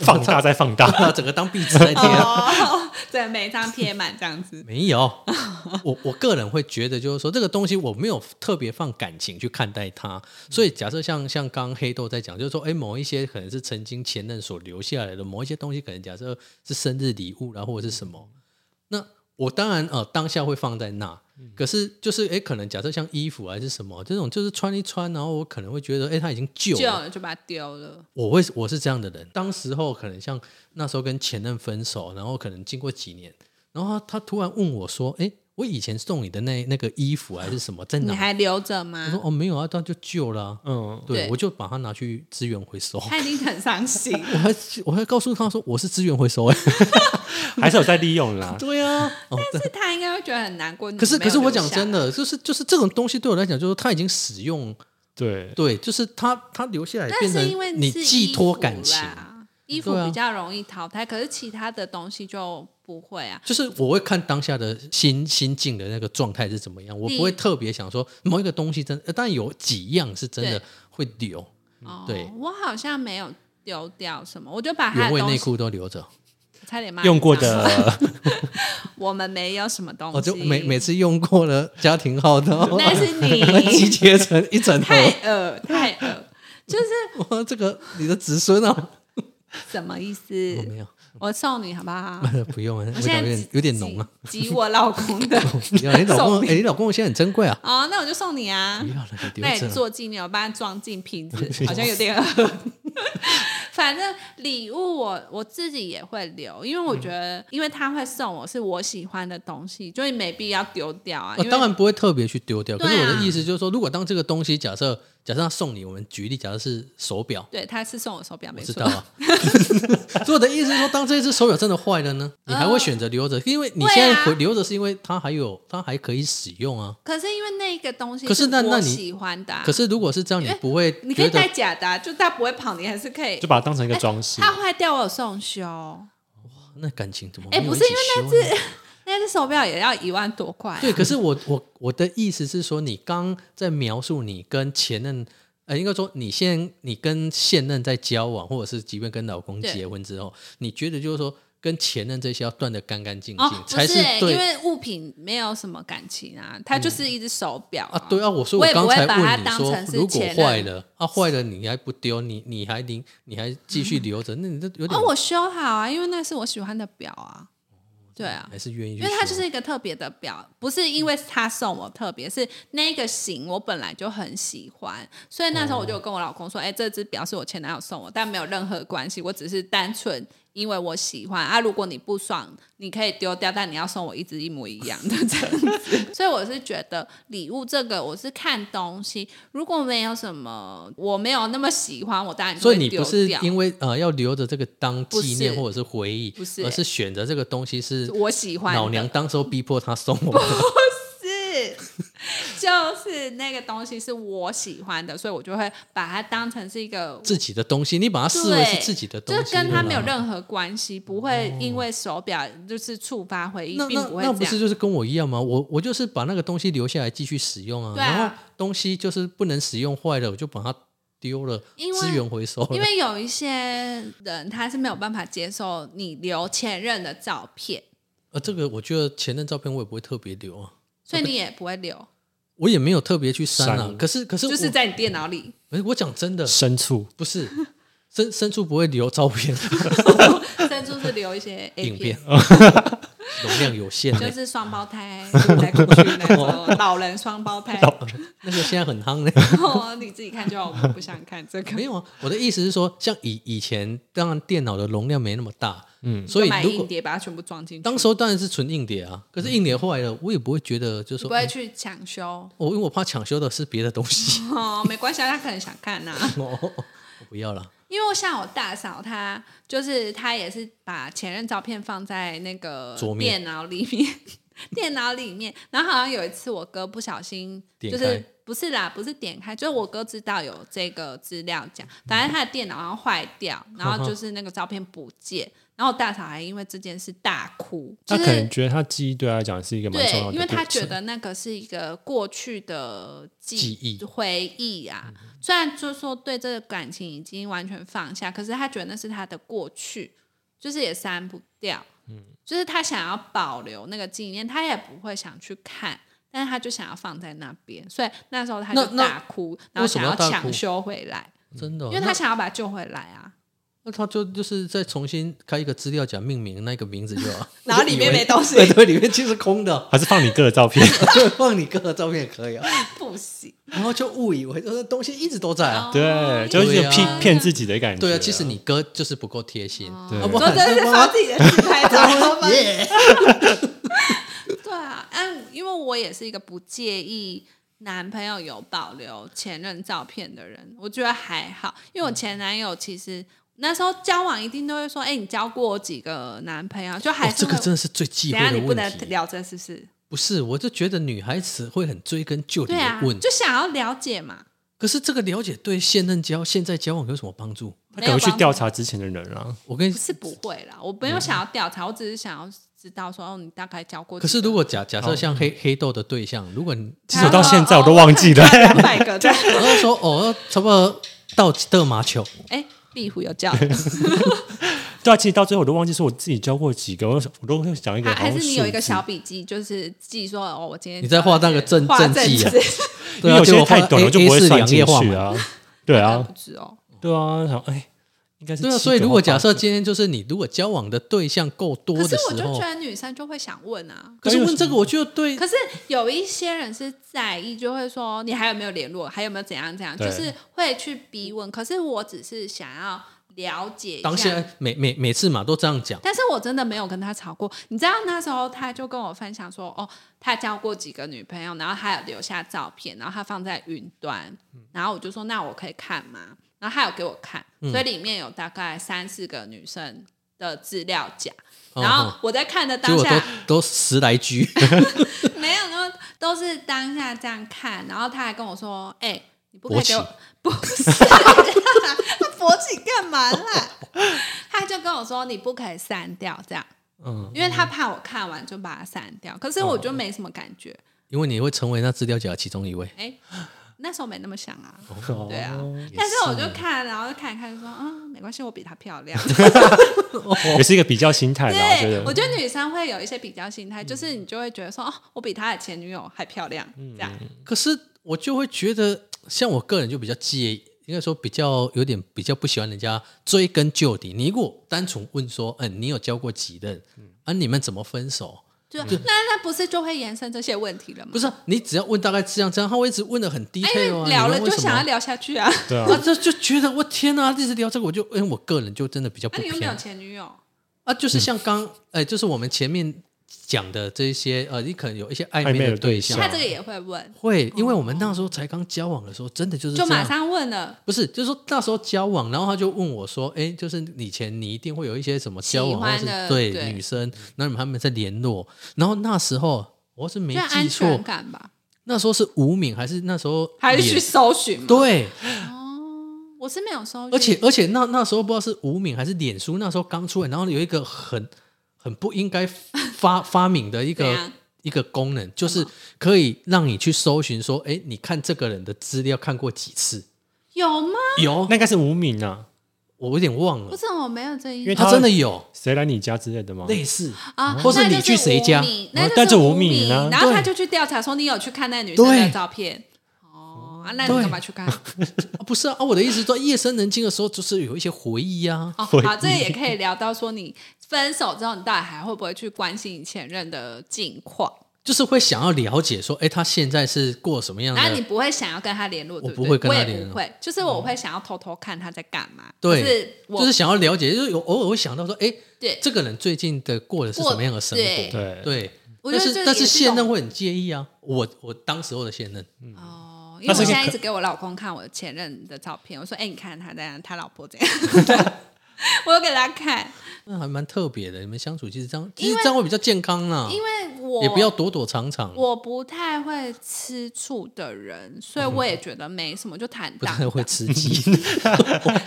放大再放 大，
把整个当壁纸来贴啊。
哦，对，每一张贴满这样子。
没有， 我我个人会觉得，就是说这个东西我没有特别放感情去看待它，所以假设像像刚刚黑豆在讲，就是说，哎，某一些可能是曾经前任所留下来的某一些东西，可能假设是生日礼物啦，或者是什么，那我当然呃当下会放在那，可是就是哎，可能假设像衣服还是什么这种，就是穿一穿，然后我可能会觉得，哎，它已经旧
旧
了，
了就把它丢了，
我会我是这样的人，当时候可能像那时候跟前任分手，然后可能经过几年，然后他他突然问我说：“哎，我以前送你的那那个衣服还是什么在
你
哪
还留着？”
啊我说
吗：“？
哦，没有啊，那就旧了啊、
嗯，
对，
对
我就把它拿去资源回收。
他已经很伤 心，
我还我还告诉他说我是资源回收哎、
还是有在利用啦。
对啊，哦，
但是他应该会觉得很难过。
可是
嗯你没
可
有
是我
留
讲
下
真的，就是就是这种东西对我来讲，就是它已经使用，
对，
对，就是它它留下来
那
变
是
成
因为
你
是
寄
衣
托
服
感情，
啦，衣服
对啊
比较容易淘汰，可是其他的东西就不会啊。
就是我会看当下的心心境的那个状态是怎么样，我不会特别想说某一个东西真，呃但有几样是真的
对
会留，
哦，
嗯对
我好像没有丢掉什么，我就把他
原
的
味
啊东
内
西
裤都留着。
差点骂
用过
脏话，
的
我们没有什么东西，
哦我就每每次用过了家庭号 的，哦
那 是
集
你
结成一整盒。
太恶太恶，就是
哇，这个你的子孙 啊，
什么意思？
我没有，
我送你好不好？
不用啊，
我
味道
现
有
在
点有点浓啊。
挤，挤我老公 的
不要你老公，
送你
哎，你老公现在很珍贵啊。
哦，那我就送你啊
不。要了，你
那
留
你
着啊。
做纪念，我把它装进瓶 子，好像有点恶。 反正礼物我我自己也会留，因为我觉得，因为他会送我是我喜欢的东西，就是没必要丢掉啊。因
呃
为
当然不会特别去丢掉，可是
对
我
啊
的意思就是说，如果当这个东西假设假设他送你，我们举例，假设是手表，
对，他是送我手表，没
我知
错。
道啊。 所以我的意思是说，当这只手表真的坏了呢，你还会选择留着？因为你现在
会
回
啊
留着是因为它还有它还可以使用啊。
可是因为那个东西，
可是那那
我
你
喜欢的啊、
可是如果是这样，你不会
你可
觉
以
得
戴假的啊、就它不会跑，你还是可以
就。把它当成一个 装饰。
它坏掉，我有送修。
那感情怎么
哎
没有
不
一
是
起修呢？
那那只手表也要一万多块啊、
对，可是我我我的意思是说，你刚在描述你跟前任，呃，应该说你现你跟现任在交往，或者是即便跟老公
对
结婚之后，你觉得就是说跟前任这些要断的干干净净，
哦，不
才
是欸、因
对
为物品没有什么感情啊，它就是一只手表
啊？对啊，我说
我也不
刚
会
才
把它
问你
当
说
成，是
如果
前任
坏了啊，坏了你还不丢，你你还你你还继续留着，那你这有点
哦，嗯我修好啊，因为那是我喜欢的表啊。
哦
对啊，
还是愿意去
因
修，
为它就是一个特别的表，不是因为他送我特别，是那个型我本来就很喜欢，所以那时候我
哦
就跟我老公说：“哎、这只表是我前男友送我，但没有任何关系，我只是单纯因为我喜欢啊。如果你不爽，你可以丢掉，但你要送我一只一模一样的这样子。” 所以我是觉得礼物这个我是看东西，如果没有什么我没有那么喜欢，我当然就
所以
会
你
丢
不是
掉
因为呃要留着这个当
不
纪念
是
或者是回忆，
不是
而是选择这个东西是
我喜欢的
老娘当时候逼迫他送我的。
是，就是那个东西是我喜欢的，所以我就会把它当成是一个，
自己的东西，你把它视为是自己的东
就
西，
跟它
对吧
没有任何关系，不会因为手表就是触发回忆，
那
并
那
会
哦那
这
不是
样。
就是跟我一样吗？我我就是把那个东西留下来继续使用啊，
对啊
然后东西就是不能使用坏了，我就把它丢了，
因为
资源回收了。
因为有一些人他是没有办法接受你留前任的照片，
呃，这个我觉得前任照片我也不会特别留啊，
所以你也不会留，
我也没有特别去删啊
删。
可是可是我
就是在你电脑 里。
不是我讲真的，
深处
不是深深处不会留照片，
甚至是留一些 A
影片 哦
片，
容量有限、
就
欸。
是双胞胎哭来哭去那 种老人双胞胎，
那个现在很夯呢、
然后你自己看就好，我们不想看这个。
没有啊，我的意思是说，像以以前，当然电脑的容量没那么大，嗯，所以
买
如果
硬碟把它全部装进去，
当时候当然是存硬碟啊，可是硬碟坏了，我也不会觉得就是
嗯不
说，嗯哦
会去抢 修
我、因为我怕抢修的是别的东西，
哦，没关系，啊，他可能想看呐、
哦，我不要了。
因为像我大嫂，她就是她也是把前任照片放在那个
桌面
电脑里面， 电脑里面。然后好像有一次我哥不小心，
点
就
开
是不是啦，不是点开，就是我哥知道有这个资料讲，反正他的电脑好像坏掉，然 后就是那个照片不见。然后我大嫂还因为这件事大哭，就
他
是
可能觉得他记忆对他来讲是一个蛮重
对
要，的
因为他
过程
觉得那个是一个过去的记
记忆嗯
回忆啊。虽然就说对这个感情已经完全放下，可是他觉得那是他的过去，就是也删不掉。嗯，就是他想要保留那个纪念，他也不会想去看。但是他就想要放在那边，所以那时候他就
那那
大哭，然后
为什
想
么要大哭
抢修回来，
真的哦、
因为
那
他想要把它救回来啊。
那他就就是再重新开一个资料夹命名那个名字 就好，
然后里面没东西
对对，里面其实空的，
还是放你哥的 照片，
对，放你哥的照片也可以啊，
不行，
然后就误以为这东西一直都在啊。
哦
对，就是一
对
个
啊
骗骗自己的感觉。
对啊，其实你哥就是不够贴心，
对
啊不
你说
然
哦真的是
妈妈
把自己的自拍 照，然后把
耶
对啊，嗯，因为我也是一个不介意男朋友有保留前任照片的人，我觉得还好，因为我前男友其实那时候交往一定都会说，哎、你交过几个男朋友？就还
哦，
是
这
会、
个真的是最忌
等
讳
一下
的
你不
问
能
题。
聊这是不是？
不是，我就觉得女孩子会很追根究底
对
的
啊
问，，
就想要了解嘛。
可是这个了解对现任交现在交往有什么帮助？
他
没
可
有
能去
帮
调
助
查之前的人啊，
我跟你
不是不会啦，我没有想要调查，我只是想要知道说，哦，你大概交过几个。
可是如 果假假设像
哦
黑、黑豆的对象，如果你
其实我到现在我都 忘记了。
啊两百个， 对，
然后说哦，差不多到德马球，
哎、壁虎有叫，
对啊，其实到最后我都忘记说我自己交过几个，我我都会想一个
还
好像
啊还是你有一个
数字
小笔记，就是记说哦，我今天
你在画那个正
画
正
正
记啊
字，
因
对
为
啊，
有
结
些
果
太
画
短了
A-
就不
A
会
四
算
两
进
页画
去
满。
啊。对啊
不，止哦，
对啊，想哎，应该是
对啊，
七
所以
个
如
或
果
八
假
个
设今天就是你如果交往的对象够多
可
的
是我
时
就觉，
候
得女生就会想问啊，
可是问这个我就对
可是有一些人是在意，就会说你还有没有联络，还有没有怎样怎样，
对
就是会去逼问。可是我只是想要了解
当
一下。
下每每每次嘛都这样讲，
但是我真的没有跟他吵过，你知道那时候他就跟我分享说，哦，他交过几个女朋友，然后他有留下照片，然后他放在云端，
嗯
然后我就说那我可以看吗？然后他有给我看，所以里面有大概三四个女生的资料夹，
哦
然后我在看的
结
当
果
下，
都都十来句，
没有，那都是当下这样看，然后他还跟我说：“哎、你不可以
勃起
给我 不是 他勃起干嘛啦？”他就跟我说：“你不可以删掉这样。”
嗯，
因为他怕我看完就把它删掉。可是我就没什么感觉，
因为你会成为那资料夹其中一位。
哎、那时候没那么想啊。
嗯哦
对啊，但是我就看，然后看一看就说，嗯，没关系，我比她漂 亮。
也是一个比较心态啊啦，我觉
对，我
得。
觉得女生会有一些比较心态，就是你就会觉得说，哦，我比她的前女友还漂亮，
嗯
这样。
可是我就会觉得，像我个人就比较介意，应该说比较有点比较不喜欢人家追根究底。你如果单纯问说，嗯，你有交过几任？啊，你们怎么分手？
就那那不是就会延伸这些问题了吗？
不是啊、你只要问大概这样这样，他会一直问的很低
啊，因
配哦。
为聊了
你们
就
为什么
想要聊下去啊。
对啊，
啊，这就觉得我天哪、一直聊这个，我就哎因为我个人就真的比较
那
不
哎你有没有
偏
前女友？
啊，就是像刚呃，就是我们前面讲的这一些呃，你可能有一些暧
暧昧
昧
的
的
对
对啊象
象，
他这个也会问，
会，因为我们那时候才刚交往的时候，真的就是
就
这
马
样
上问了。
不是，就是说那时候交往，然后他就问我说：“哎，就是以前你一定会有一些什么交
喜
往，
欢
或是
的
对
对
女生，然后你们他们在联络，然后那时候我要是没
就安
记
全
错，
感吧，
那时候是吴敏还是那时候
还是去
脸
搜寻嘛？
对，
我是没有搜寻，
而且而且那那时候不知道是吴敏还是脸书，那时候刚出来，然后有一个很很不应该发 发明的一
怎
个
样
一个功能，就
什
是
么
可以让你去搜寻说，哎，你看这个人的资料看过几次？
有吗？
有，
那应该是无名啊，
我有点忘
不
了，啊
是我没有这一
因为
他真嗯的有
谁来你家之类的吗？
类似。
啊，
或是
那就
你去谁家
无名那
哦但
是
是无
名
名啊
然后他
对
就去调查说你有去看那女生的
对
照片哦，啊，那你
对
干嘛去看？
啊不是啊，啊我的意思是说，夜深人静的时候，就是有一些回忆啊。
哦，
回
好，这也可以聊到说你分手之后，你到底还会不会去关心你前任的近况？
就是会想要了解说，哎、他现在是过什么样
然后你
的？
不会想要跟他联络，对对
我不会跟他
我也
联络哦
不会，就是我会想要偷偷看他在干嘛。
对
就是我
就是想要了解，就是有偶尔会想到说，哎、
对
这个人最近的过的是
过
什么样的生活？
对
对
对
我觉
但
得
是
这
但
也
是
是一
现
种
任会很介意啊。我我当时候的现任，
哦，因为
但是
我现
你
在一
可
直给我老公看我前任的照片，我说：“哎、你看他这样，他老婆这样。” 我有给他看，
那还蛮特别的。你们相处其实这样，
因
其
为
实这样会比较健康啦、
因为我
也不要躲躲藏藏。
我不太会吃醋的人，所以我也觉得没什么，就坦
不
荡
太
荡。
会吃 鸡，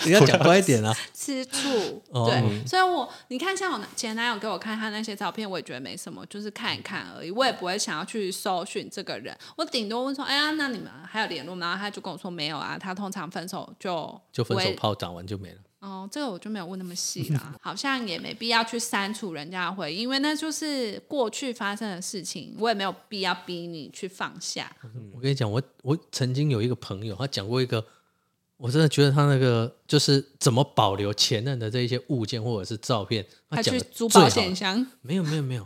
你要讲乖一点啊！
吃醋，
哦
对，所以我你看，像我男前男友给我看他那些照片，我也觉得没什么，就是看一看而已，我也不会想要去搜寻这个人，我顶多问说，哎呀，那你们还有联络吗？然后他就跟我说没有啊，他通常分手就
就分
不
手
会
炮打完就没了。
哦，这个我就没有问那么细啦，好像也没必要去删除人家的回忆，因为那就是过去发生的事情，我也没有必要逼你去放 下。
我跟你讲，我我曾经有一个朋友，他讲过一个，我真的觉得他那个就是怎么保留前任的这一些物件或者是照片，
他
讲
去
的
租
最
保
好
险箱，
没有没有没有，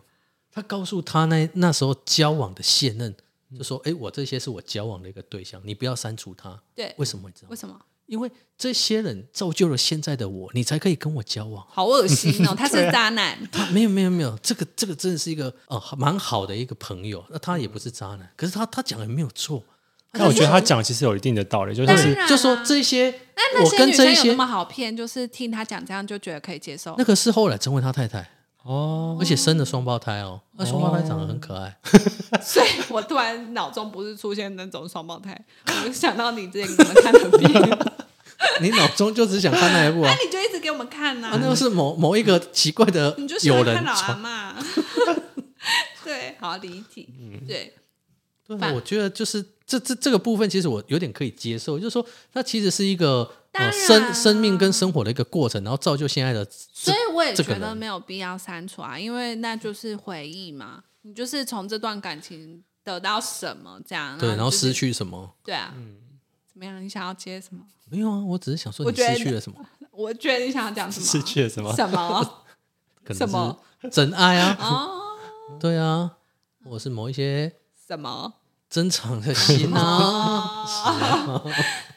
他告诉他那那时候交往的现任，
嗯
就说：“哎、我这些是我交往的一个对象，你不要删除他。”
对，
为什么你知道吗
为？什么？
因为这些人造就了现在的我，你才可以跟我交往。
好恶心哦，他是渣男。
他没有没有没有，这个这个真的是一个呃蛮好的一个朋友，那他也不是渣
嗯
男，可是他他讲的没有错。
啊
但我觉得他讲其实有一定的道理，就是他
当
是
然
就说
啊
这些，
那那
我
些
跟
女
这
生
一
有那
些，
么好骗，就是听他讲这样就觉得可以接受
那。个是后来成为他太太，
哦，
而且生了双胞胎哦。那双胞胎长得很可爱，
哦所以我突然脑中不是出现那种双胞胎，我就想到你之前给我们看的片，
你脑中就只想看那一部
那、
啊？
你就一直给我们看呐、
啊，那个是某某一个奇怪的
你就喜欢
友人
看啊老阿
传。
妈。 对，好离题。
嗯
对，
对啊，
吧
我觉得就是这这这个部分，其实我有点可以接受，就是说它其实是一个
当
呃
然啊
生生命跟生活的一个过程，然后造就现在的
所以我也
这个
觉得
人
没有必要删除啊，因为那就是回忆嘛，你就是从这段感情得到什么这样，
对，然后
啊就
失
是，
去嗯什么？
对啊，怎么样？你想要接什么？
没有啊，我只是想说
我
你
觉得
失去了什 么？
我觉得你想要讲什么？
失去了什么？
什么？
可能
什么
是真爱 啊，
哦，
对啊，我是某一些
什么？
珍藏的心啊。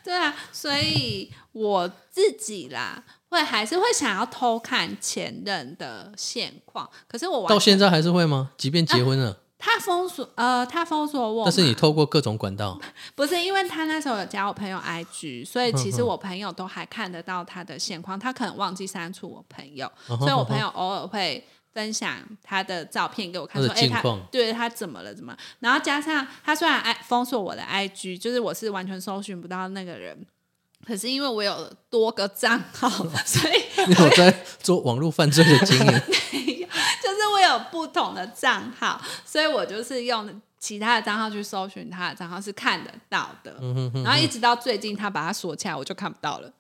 对啊，所以我自己啦，会还是会想要偷看前任的现况。可是我 完
到现在还是会吗？即便结 婚了，
他封锁，呃，他封锁我嘛，
但是你透过各种管道，
不是因为他那时候有加我朋友 IG，所以其实我朋友都还看得到他的现况，他可能忘记删除我朋友，
嗯哼
所以我朋友偶尔会分享他的照片给我看，说
他的
哎、
近
他
况
对他怎么了怎么了，然后加上他虽然 I 封锁我的 IG，就是我是完全搜寻不到那个人。可是因为我有多个账号，所以
你有在做网络犯罪的经营，
就是有不同的账号，所以我就是用其他的账号去搜寻他的账号是看得到的。
嗯
然后一直到最近他把它锁起来，我就看不到了。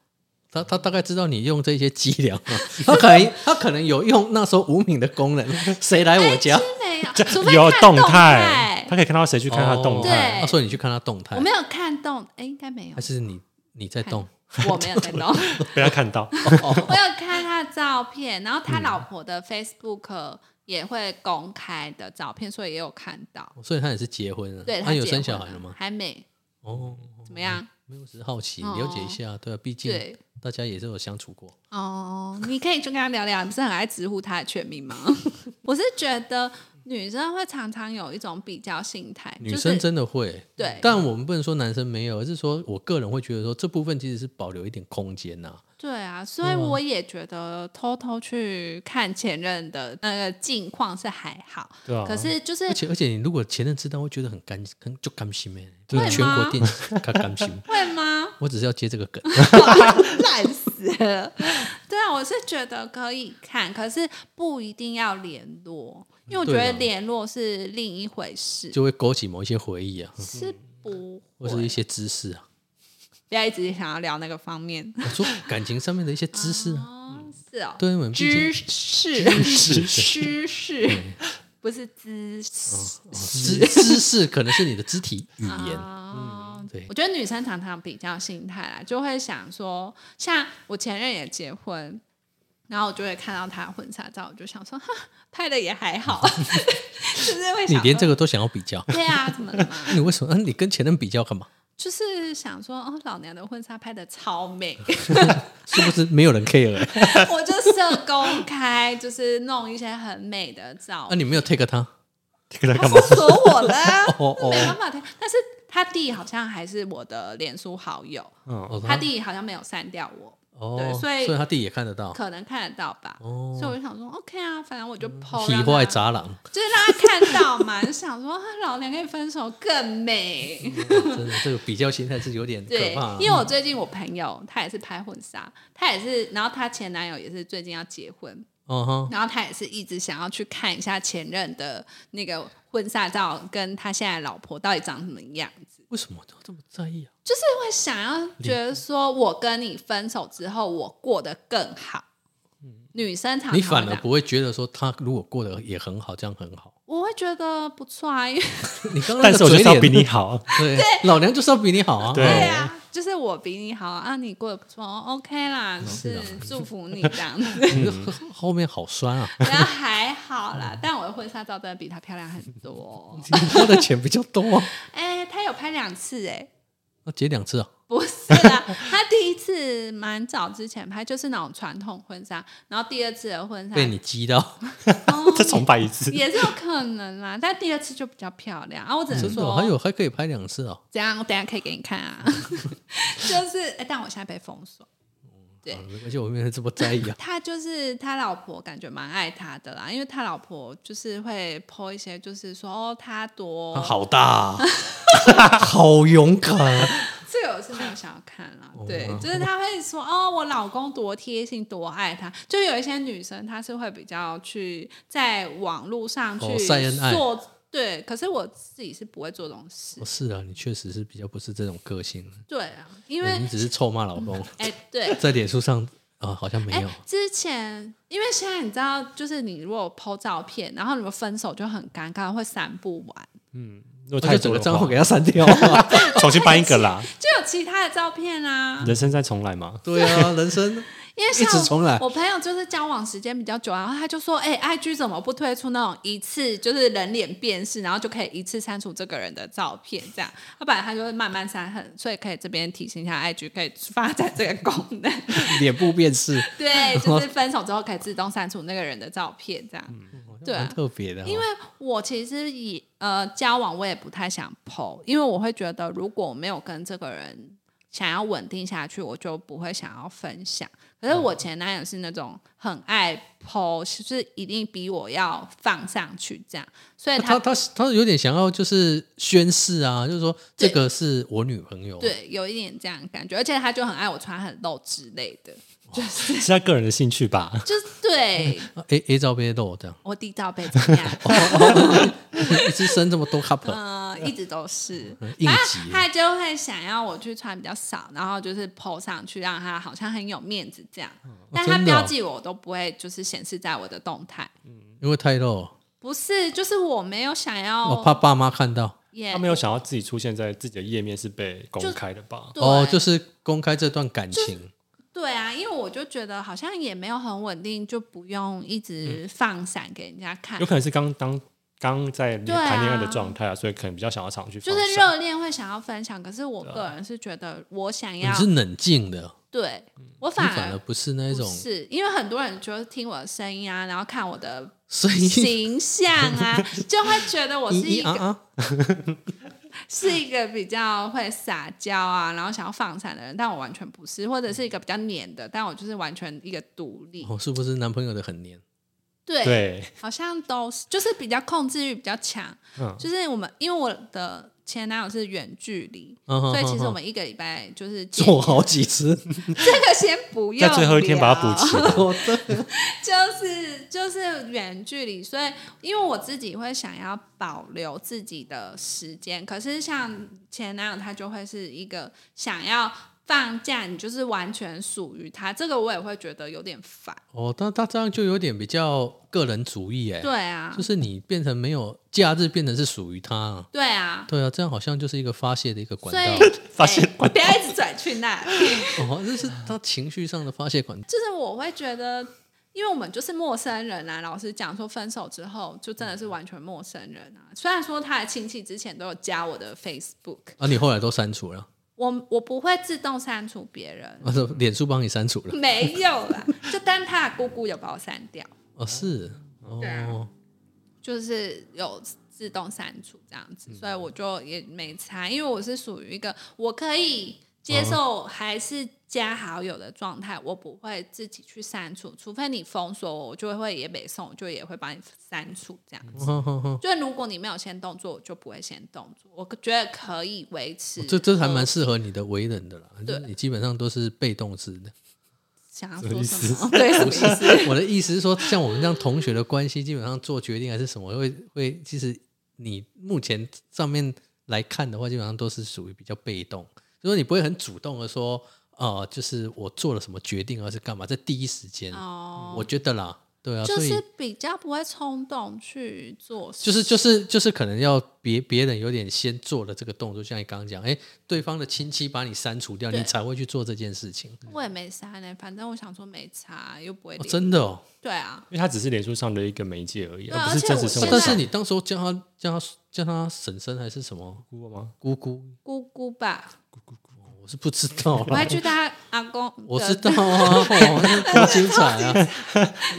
他他大概知道你用这些伎俩 吗？他可能他可能有用那时候无名的功能，谁来我家？
是没 有，除非
有
看
动
态。
他可以看到谁哎去看他的动
哦
态。
对
啊所以你去看他动态
我，没有看动，哎、应该没有
还，是你你在动？
我没 有看动。
被他 看到，
我有看他的照片，然后
嗯
他老婆的 Facebook 也会公开的照片，所以也有看到。
所以他也是结婚了，
对，
他有
结婚
生小孩了吗？
还没，
哦，
怎么样？
没有，只是好奇
哦
了解一下，对啊，毕竟
对，
大家也是有相处过。
哦，你可以去跟他聊聊，你不是很爱直呼他的全名吗？ 我是觉得女生会常常有一种比较心态，
女生
就是、
真的会，
对
但我们不能说男生没有，而是说我个人会觉得说这部分其实是保留一点空间呐、
对啊，所以
嗯
我也觉得偷偷去看前任的那个近况是还好，
对啊。
可是就是
而且而且你如果前任知道，会觉得很甘，很就甘心哎、
对啊。
全国电视 看甘心
会吗？
我只是要接这个梗，
烂死了。对啊，我是觉得可以看，可是不一定要联络，因为我觉
对
得
啊
联络是另一回事，
就会勾起某一些回忆啊，
是不
或是一
会。
些知识啊，
不要一直想要聊那个方面。
我说感情上面的一些知识啊，
哦，是哦，
对，我们毕
知
竟
识，
识
知识，不是知识。
知知识可能是你的肢体语言，嗯
哦
对
我觉得女生常常比较心态啦，就会想说，像我前任也结婚，然后我就会看到他的婚纱照，我就想说，哈，拍的也还好， 就是会想
你连这
个，
个都想要比较
对啊，怎么了嘛？
你为什么？啊你跟前任比较干嘛？
就是想说，哦，老娘的婚纱拍的超美，
是不是没有人 care？欸
我就设公开，就是弄一些很美的照
啊，，你没有 take 他？
这个在干嘛
不？锁我了 啊，
哦
那
哦
没办法的。但是他弟好像还是我的脸书好友，
嗯，
哦
他弟好像没有删掉我。
哦
对，所以
他弟也看得到。
可能看得到吧。
哦
所以我就想说，OK 啊，反正我就抛，
体
让
外
他
渣男，
就是让他看到嘛，就想说啊老娘跟你分手更 美。
真的这个比较心态是有点可
对
怕啊。，
因为我最近我朋友她也是拍婚纱，她也是，然后她前男友也是最近要结婚，
嗯哼，
然后她也是一直想要去看一下前任的那个婚纱照，跟他现在老婆到底长什么样。
为什么要这么在意啊？
就是会想要觉得说，我跟你分手之后，我过得更好。女生常常
你反
会这
而
样
不会觉得说他如果过得也很好，这样很好。
我会觉得不错啊，因为
你刚刚那
但
个
是我就是要
嘴
比
脸
你好，
对，老娘就是要比你好啊。
对
对啊，就是我比你好啊，你过得不错哦，OK 啦，就是
啊
祝福你这样子，
后面好酸啊，
然后还好啦。
嗯
但我的婚纱照真的比她漂亮很多。
花的钱比较多啊，
哎、她有拍两次哎、
要结两 次啊。
不是啦，她第一次蛮早之前拍，就是那种传统婚纱，然后第二次的婚纱
被你激到，
哦
再重拍 一次。
也是有可能啦，但第二次就比较漂亮啊。我只能
真的
说，
哦还有还可以拍两次啊。
怎样？我等一下可以给你看 啊。就是，哎但我现在被封锁。对。
啊而且我没有这么在意啊
他就是他老婆，感觉蛮爱他的啦，因为他老婆就是会 po 一些，就是说哦，他多
他 好大 啊，好勇敢啊。
这个我是没有想要看啦。
哦
对，就是他会说哦，我老公多贴心，多爱他。就有一些女生，她是会比较去在网络上去
哦晒恩爱
做，对。可是我自己是不会做这种事
哦，是啊，你确实是比较不是这种个性，
对啊，因为
对你只是臭骂老公。
哎，对，
在脸书上啊、好像没
哎
有。，
之前因为现在你知道，就是你如果 PO 照片，然后你们分手就很尴尬，会散不完。
如果
我
太
就
多
整个
的
账号
话
给，他删掉。啊
啊
重新搬一个啦，
就有其他的照片啊。
人生再重来嘛。
对啊，人生
因为
一直重来
像我朋友就是交往时间比较久，然后他就说：“哎、i g 怎么不推出那种一次就是人脸辨识，然后就可以一次删除这个人的照片？这样，要不然他就会慢慢删很，所以可以这边提 醒一下，IG 可以发展这个功能，
脸部辨识，
对，就是分手之后可以自动删除那个人的照片，这样。对啊
蛮特别的、哦。
因为我其实以呃交往，我也不太想剖，因为我会觉得如果我没有跟这个人想要稳定下去，我就不会想要分享。可是我前男友是那种很爱剖，就是一定逼我要放上去这样，所以
啊他他他有点想要就是宣誓啊，就是说这个是我女朋友，，啊
对有一点这样的感觉，而且他就很爱我穿很露之类的，就是
是他个人的兴趣 吧？
就是对
A A 罩杯肉这样，
我地罩杯怎么样？
一次生这么多 cup，
嗯、啊一直都是，
应
反
急
正他就会想要我去穿比较少，然后就是 PO 上去，让他好像很有面子这样。但他
真的哦
标记我，我都不会就是显示在我的动态。
因为太肉，
不是，就是我没有想要，
我哦怕爸妈看到。
也
他没有想要自己出现在自己的页面是被公开的吧？
对
哦，就是公开这段感情，
对啊，因为我就觉得好像也没有很稳定，就不用一直
嗯
放闪给人家看。
有可能是刚当刚在
对啊
谈恋爱的状态啊，所以可能比较想要常去
就
放
是
闪
热恋会想要分享，可是我个人是觉得我想
你
要，
啊是冷静的，
对我
你
反
反而
而
不是那
不
种
是，因为很多人就听我的声音啊，然后看我的
声音
形象 啊，就会觉得我是
咦
一
咦啊
个
啊，
是一个比较会撒娇啊，然后想要放闪的人，但我完全不是，或者是一个比较黏的，但我就是完全一个独立，
哦，是不是男朋友的很黏？
对，
对，
好像都是就是比较控制欲比较强，
嗯
就是我们因为我的前男友是远距离。
嗯哼
所以其
哼
实我
哼
们一个礼拜就是见
做好几次，
这个先不
在
用，
最后一天把它补 齐。
我的
就是就是远距离，所以因为我自己会想要保留自己的时间，可是像前男友他就会是一个想要放假，你就是完全属于他，这个我也会觉得有点烦。
哦，但他这样就有点比较个人主义哎，
对啊
就，是你变成没有假日，变成是属于他啊。
对啊，
对啊，这样好像就是一个发泄的一个管
所
道
以。
发泄
哎不要一直转去那里，
哦，这是他情绪上的发泄管道。
就是我会觉得。因为我们就是陌生人啊，老实讲，说分手之后就真的是完全陌生人啊。虽然说他的亲戚之前都有加我的 Facebook，
啊，你后来都删除了，
我我不会自动删除别人，
啊，这脸书帮你删除了。
没有啦，就但他的姑姑有把我删掉，
哦，是
对啊，
哦
就是有自动删除这样
嗯
子，所以我就也没差，因为我是属于一个我可
嗯
以接受还是加好友的状态，我不会自己去删除，除非你封锁我，我就会也北送，我就也会把你删除这样子。
哼哼哼
就如果你没有先动作，我就不会先动作，我觉得可以维持。
哦这这还蛮适合你的为人的啦，就
哦
是
对
你基本上都是被动式的。
想要
什
说
么意
什
思
么？对，什么意 思？
我的意思是说，像我们这样同学的关系，基本上做决定还是什么，会会其实你目前上面来看的话，基本上都是属于比较被动，就是你不会很主动的说，呃，就是我做了什么决定，而是干嘛，在第一时间，
哦，
我觉得啦，对啊，
就
所以
是比较不会冲动去做事，
就是就是就是可能要别别人有点先做了这个动作，像你刚刚讲，哎，对方的亲戚把你删除掉，
对
你才会去做这件事情，
我也没删呢、反正我想说没差，又不会、
哦、真的哦。
对啊，
因为它只是脸书上的一个媒介而已，
对啊
而不是真实
现
生活中。
在
但是你当时候叫他叫他叫他婶婶还是什么
哭过吗？
姑姑，
姑姑吧，
我是不知道
我
啦
还，去他阿公的，
哦我知道啊，哦那多精彩啊！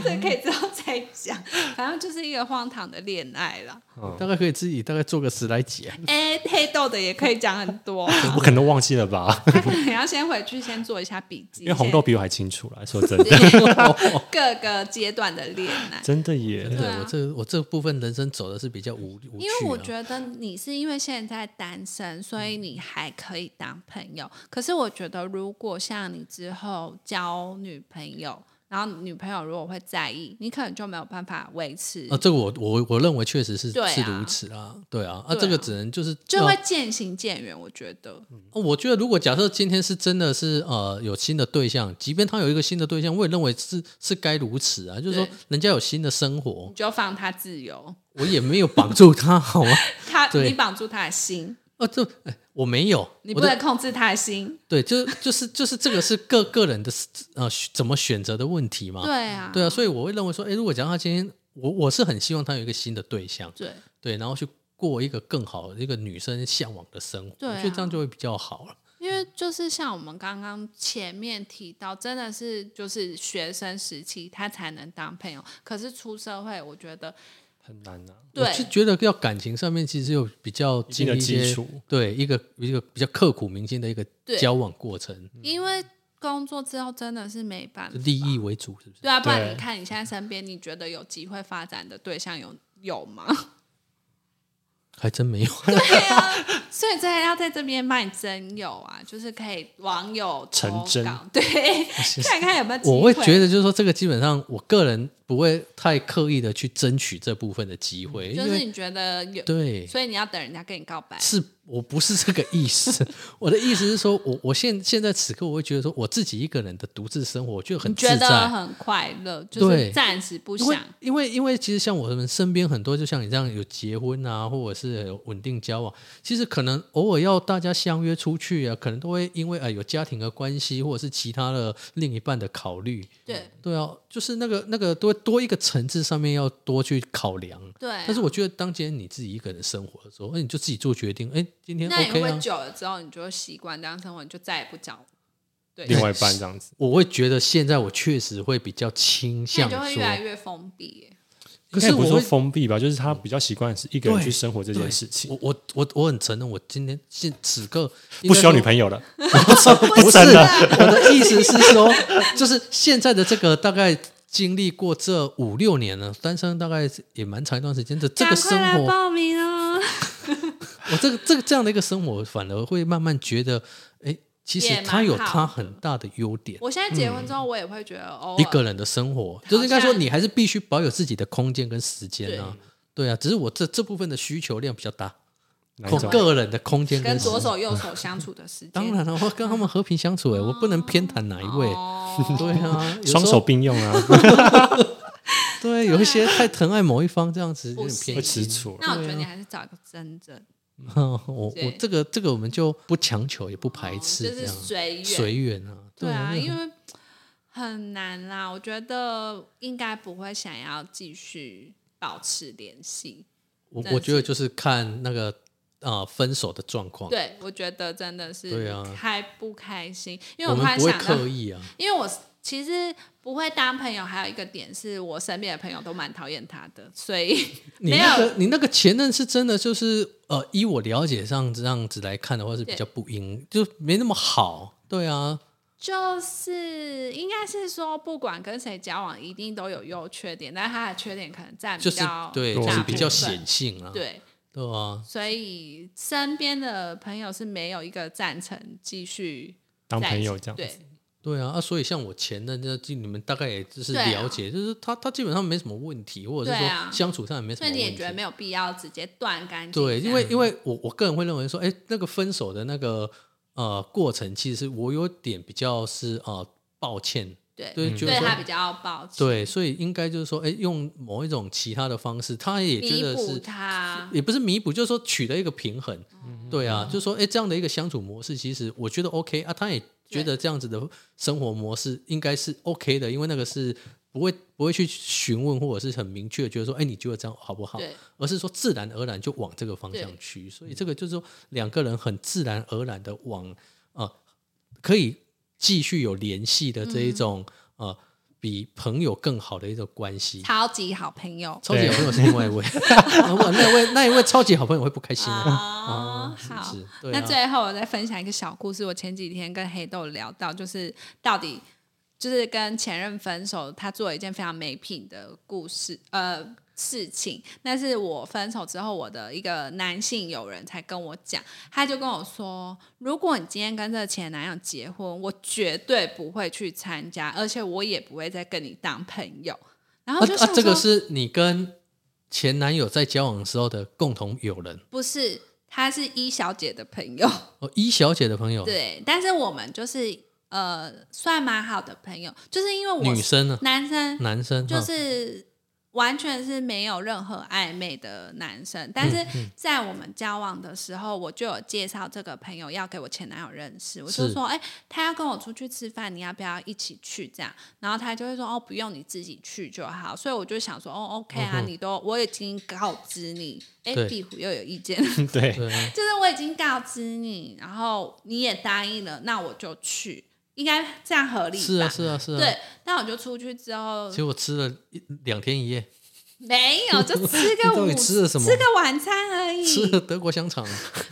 这可以之后再讲，反正就是一个荒唐的恋爱啦。
大概可以自己大概做个十来集啊。
哎、黑豆的也可以讲很多、 啊，
我可能都忘记了吧，
他可能要先回去先做一下笔记，
因为红豆比我还清楚啦。说真的，
先各个阶段的恋爱。
真的耶
对，
对啊
我这我这部分人生走的是比较无无
因为我
趣啊。
觉得你是因为现在单身，所
嗯
以你还可以当朋友。可是我觉得，如果像你之后交女朋友，然后女朋友如果会在意，你可能就没有办法维持，
啊，这个我我我认为确实是
对啊
是如此啊，对啊，啊，
对啊
这个只能就是
就
要
会渐行渐远。我觉得，
哦我觉得，如果假设今天是真的是呃有新的对象，即便他有一个新的对象，我也认为是是该如此啊，就是说
对
人家有新的生活
你，就放他自由，
我也没有绑住他， 好吗？
他
对
你绑住他的心，
哦，这哎我没有，
你
我
不
的
能控制他的心。
对，就就是就是这个是个个人的呃选怎么选择的问题嘛。
对啊，
对啊，所以我会认为说，哎，如果讲他今天，我我是很希望他有一个新的对象，
对
对，然后去过一个更好的一个女生向往的生活，
对啊
我觉得这样就会比较好了。
因为就是像我们刚刚前面提到，真的是就是学生时期他才能当朋友，可是出社会，我觉得
很难呐、啊，
对
我是觉得要感情上面其实有比较
一定
经
的
历一
基
些，
础。
对一个一个比较刻骨铭心的一个
对
交往过程，
因为工作之后真的是没办法，
利益为主，是不是？
对啊，不然
对
你看你现在身边，你觉得有机会发展的对象有有吗？
还 真没有，
所以真的要在这边卖真友啊，就是可以网友
成
投
真
稿，对，看看有没有机
我会觉
得
得就是说这个基本上我个人不会太刻意的去争取这部分的机会，
嗯就
因
是
为
你觉得有，
对，
所以你要等人家跟你告白，
是我不是这个意思， 我的意思是说，我我现现在此刻，我会觉得说我自己一个人的独自生活，我觉得很
你
自
觉得
在。
很快乐，就是
对
暂时不
因为
想，
因为因为其实像我们身边很多，就像你这样有结婚啊，或者是有稳定交往，其实可能偶尔要大家相约出去啊，可能都会因为啊、呃有家庭的关系，或者是其他的另一半的考虑，
对
对啊，就是那个那个多多一个层次上面要多去考量。
对啊。
但是我觉得，当今天你自己一个人生活的时候，哎，你就自己做决定，哎，今天
那你
OK 啊。
会不会久了之后，你就习惯这样生活，你就再也不找对
另
象，
外一半这样子，
我会觉得现在我确实会比较倾
那
向
你就会越来
说，
越封闭耶。
可
应该
是
不
我
说
会
封闭吧，就是他比较习惯是一个人
对
去生活这件事情，
我我我我很承认，我今天现此刻
不需要女
友。
朋友了。
不是，啊我的意思是说，就是现在的这个大概经历过这五六年了，单身大概也蛮长一段时间的这个
赶快
生
来
活，嗯
报名 哦！
我这个这个这样的一个生活，反而会慢慢觉得，哎，其实
也蛮
它有
好
它
的
很大的优点。
我现在结婚之后，我也会觉得偶尔
一个人的生活，就是应该说你还是必须保有自己的空间跟时间啊。对啊，只是我这这部分的需求量比较大，
哪一
空
种
个人的空间
跟
时间
左手右手相处的时间，
当然了，我跟他们和平相处、欸，我不能偏袒哪一位。
哦
对啊，有时候
双手并用啊，
对，有一些太疼爱某一方，这样子有
不
点
行
会
偏
吃
激。
醋。
那我觉得你还是找一个真正，
我哦我
对
这个这个我们就不强求，也不排斥，
就
这
是
样
随缘。
随缘啊。
对啊，
因为
因为很难啦，我觉得应该不会想要继续保持联系。
我
但
我觉得
是
就是看那个啊、呃分手的状况，
对，我觉得真的
哦对
是
啊
开不开心，因为
我
我突
们
然
不会
想到
刻，意啊。
因为我其实不会当朋友，还有一个点是我身边的朋友都蛮讨厌他的，所以
你
没
那
有
个你那个前任是真的就是呃，依我了解上这样子来看的话是比
对
较不应，就没那么好。对啊，
就是应该是说，不管跟谁交往，一定都有优缺点，但他的缺点可能占比
就是
较
对，
大
就是比较
部分
显性啊。
对，
对啊，
所以身边的朋友是没有一个赞成继续
当
在一
朋
起
友这样
对，
对啊，啊，所以像我前任，那就你们大概也就是
对啊
了解，就是他他基本上没什么问题，或者是
对啊
说相处上也没什
所
么
以
问
你
题。
也觉得没有必要直接断干净这
对，
样。
因为因为我我个人会认为说，哎，那个分手的那个呃过程，其实我有点比较是呃抱歉，
对
对，觉得
对
说
他比较抱歉，
对，所以应该就是说，哎，用某一种其他的方式，他也觉
弥
得
补
是
他。
也不是弥补，就是说取得一个平衡。对啊，就是说，哎，这样的一个相处模式，其实我觉得 OK 啊，他也觉得这样子的生活模式应该是 OK 的，因为那个是不会不会去询问或者是很明确地觉得说，哎，你觉得这样好不好？
对，
而是说自然而然就往这个方向去，所以这个就是说两个人很自然而然的往呃可以继续有联系的这一种、呃比朋友更好的一种关系。
超级好朋友
超级好朋友是另外一位， 啊哇那一位那一位超级好朋友会不开心啊的
哦，
是不
好
是。对
那
啊，
最后我再分享一个小故事，我前几天跟黑豆聊到，就是到底就是跟前任分手，他做了一件非常没品的故事，呃。事情，那是我分手之后，我的一个男性友人才跟我讲，他就跟我说，如果你今天跟这个前男友结婚，我绝对不会去参加，而且我也不会再跟你当朋友。然后
啊
我就
啊
想，
这个
说
是你跟前男友在交往的时候的共同友人
不是？他是一小姐的朋友，
哦，一小姐的朋友，
对，但是我们就是呃，算蛮好的朋友，就是因为我
女
是
生呢，
男生
男嗯生啊
就
哈
是完全是没有任何暧昧的男生，但
嗯
是在我们交往的时候，我就有介绍这个朋友要给我前男友认识，我就是说，哎、他要跟我出去吃饭，你要不要一起去？这样，然后他就会说，哦，不用，你自己去就好。所以我就想说，哦，OK 啊，你都我已经告知你，哎、
嗯对
壁虎又有意见，
对，
对啊
就是我已经告知你，然后你也答应了，那我就去，应该这样合理吧？
是啊是啊是啊，
对，那我就出去之后
结，果吃了一两天一夜，
没 有，就吃个
到
午
底吃了什么
吃个晚餐而已。
吃了德国香肠，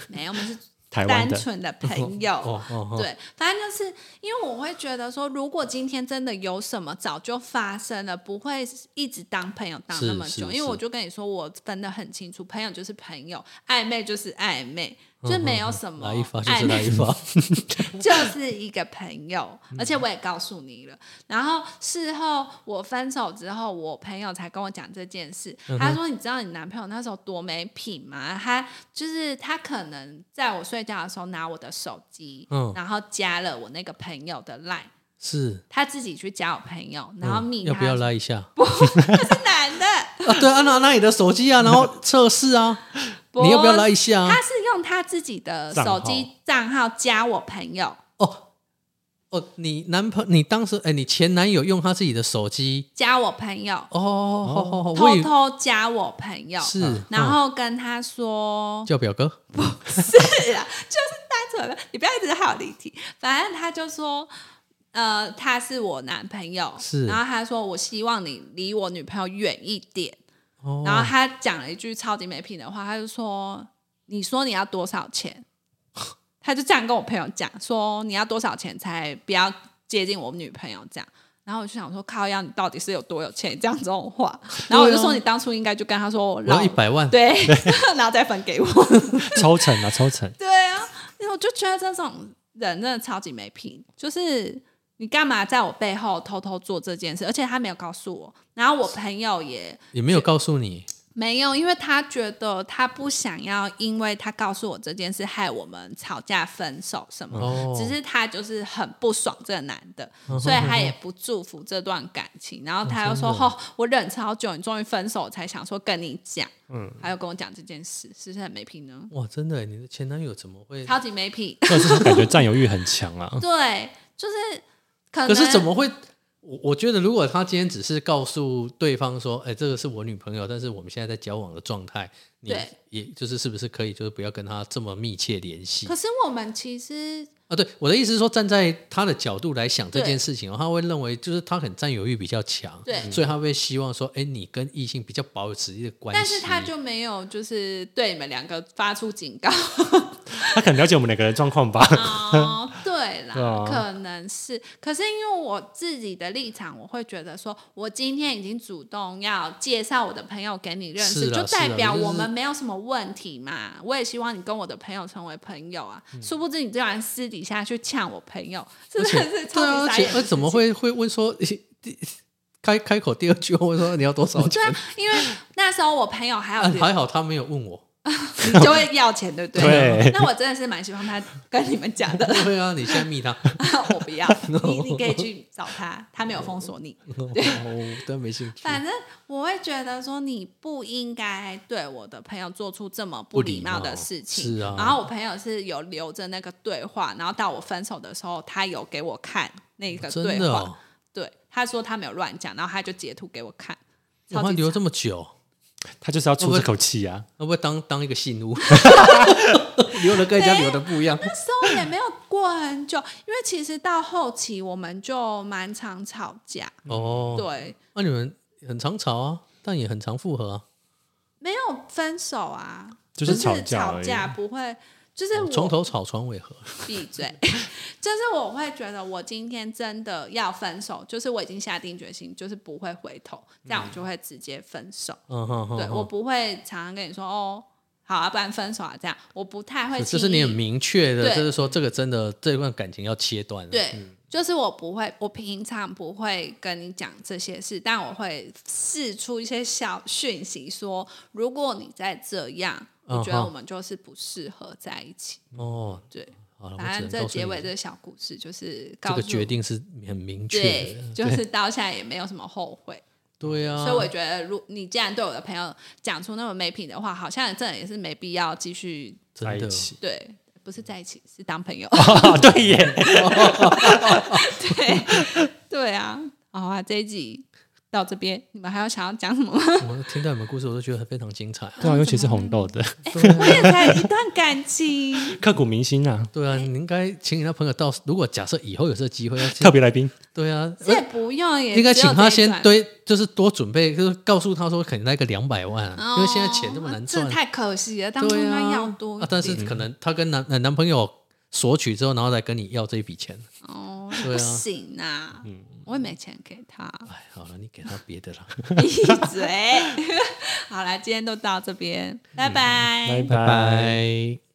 没有，我们是
台湾
单
的
纯的朋 友。
哦哦哦，
对，反正就是因为我会觉得说，如果今天真的有什么，早就发生了，不会一直当朋友当那么
是
久。
是
因为
是
我就跟你说，我分得很清楚，朋友就是朋友，暧昧就是暧昧，
嗯
就没有什么
来一发就
暧
是来
昧
一发，
就是一个朋友，
嗯
而且我也告诉你了。然后事后我分手之后，我朋友才跟我讲这件事。
嗯
他说：“你知道你男朋友那时候多没品吗？他就是他可能在我睡觉的时候拿我的手机，
嗯
然后加了我那个朋友的 line，
是。
他自己去加我朋友，然后
嗯
密他、
要不要拉一下？
是男的，
啊，对啊，拿拿你的手机啊，然后测 试啊， 你要不要拉一下啊
他？是用他自己的
账
手
号
机账号加我朋友。”
哦哦，你男朋你当时哎，你前男友用他自己的手机
加我朋友，
哦，哦哦，我
偷
以
偷加我朋友，
是，
然
嗯
后跟他说，
叫表哥，
是啊，就是单纯的，你不要一直好离题。反正他就说，呃，他是我男朋友，
是
然后他说，我希望你离我女朋友远一点。
哦
然后他讲了一句超级没品的话，他就说：“你说你要多少钱？”他就这样跟我朋友讲说：“你要多少钱才不要接近我女朋友？”这样。然后我就想说，靠呀，你到底是有多有钱？你这样这种话，然后我就说，你当初应该就跟他说，我
啊我要
老
一百万，
对， 然后再分给我。
抽成啊，抽成。
对啊，那我就觉得这种人真的超级没品，就是你干嘛在我背后偷偷做这件事？而且他没有告诉我，然后我朋友也
也没有告诉你，
没有，因为他觉得他不想要，因为他告诉我这件事害我们吵架分手什么。
哦，
只是他就是很不爽这个男的，所以他也不祝福这段感情。然后他又说：“嗯哦，我忍超久，你终于分手，我才想说跟你讲。”嗯，他又跟我讲这件事，是不是很没品呢？
哇，真的耶，你的前男友怎么会？
超级没品。，
或者是他感觉占有欲很强啊
对，就是可能
可是怎么会？我我觉得，如果他今天只是告诉对方说：“哎、这个是我女朋友，但是我们现在在交往的状态，你
对
也就是是不是可以，就是不要跟他这么密切联系
可是我们其实
啊？”对，我的意思是说，站在他的角度来想这
对
件事情哦，他会认为就是他很占有欲比较强，
对
所以他会希望说：“哎、你跟异性比较保持一个关系。”
但是他就没有就是对你们两个发出警告
他可能了解我们两个人的状况吧。
哦，对啦，
对啊
可能是。可是因为我自己的立场，我会觉得说，我今天已经主动要介绍我的朋友给你认识，
是啦
就代表
是啦
我们没有什么问题嘛。我也希望你跟我的朋友成为朋友啊，殊不知你竟然私底下去呛我朋友，真的是
对
超级
啊，嗯而
傻
且
眼的
而怎么
事情
会会问说诶第开开口第二句问说你要多少钱？
啊因为那时候我朋友还有
啊、
留
还好他没有问我。
就会要钱，对不对？
对
那我真的是蛮喜欢他跟你们讲的，
对啊，你现在密他，
我不 要，你你可以去找他，他没有封锁你。
哦，但没兴趣。
反正我会觉得说，你不应该对我的朋友做出这么不礼貌的事
不
情。
礼貌是啊
然后我朋友是有留着那个对话，然后到我分手的时候，他有给我看那个
真
对
的
话，
哦，
对，他说他没有乱讲，然后他就截图给我看，
我
超
怕
级
留
长
这么久，
他就是要出这口气啊！
会不会当当一个 信物？ 留的跟人家留的不一样。
那时候也没有过很久，因为其实到后期我们就蛮常吵架，
哦，
对，
那你们很常吵啊，但也很常复合啊。
没有分手啊，
就是是吵架而
吵
已
架不会，就是我
哦床头吵，床尾和。
闭嘴， 就是我会觉得我今天真的要分手，就是我已经下定决心，就是不会回头，这样我就会直接分手。
嗯哼哼
对我
哼。
不会常常跟你说哦，好啊，不然分手啊，这样我不太会轻易。
就是你很明确的，
对
就是说这个真的这段感情要切断了。
对，就是我不会，我平常不会跟你讲这些事，但我会试出一些小讯息说，如果你再这样，
嗯
我觉得
好
我们就是不适合在一起。
哦，
对，
好了，我
反
只
正
能
这
告诉
结
你
尾这个小故事就是告诉
这个决定是很明确
对
的，。
就是到现在也没有什么后悔。
对啊，
所以我觉得，如你既然对我的朋友讲出那么没品的话，好像真的也是没必要继续
在
真
一
的
起
对，不是在一起，是当朋友。
啊，对耶，
对，对啊。好啊，这一集到这边，你们还有想要讲什么吗？
我听到你们故事，我都觉得非常精彩啊。
对啊，尤其是红豆的
对啊
我也才一段感情，
刻骨铭心啊，
对啊，你应该请你那朋友到，如果假设以后有这个机会， 要
特别来宾。
对啊，
这不用也
应该请他先
对，
堆，就是多准备，就是告诉他说，可能来个两百万啊，因为现在钱这么难赚
哦这，太可惜了，当初
对
应该
啊，
要多一点、
啊但是可能他跟男呃男朋友索取之后，然后再跟你要这一笔钱。
哦，
对啊
不
嗯
行啊，我也没钱给他，
哎，好了，你给他别的啦，
闭 嘴。好啦，今天都到这边，拜拜
嗯
拜
拜。拜。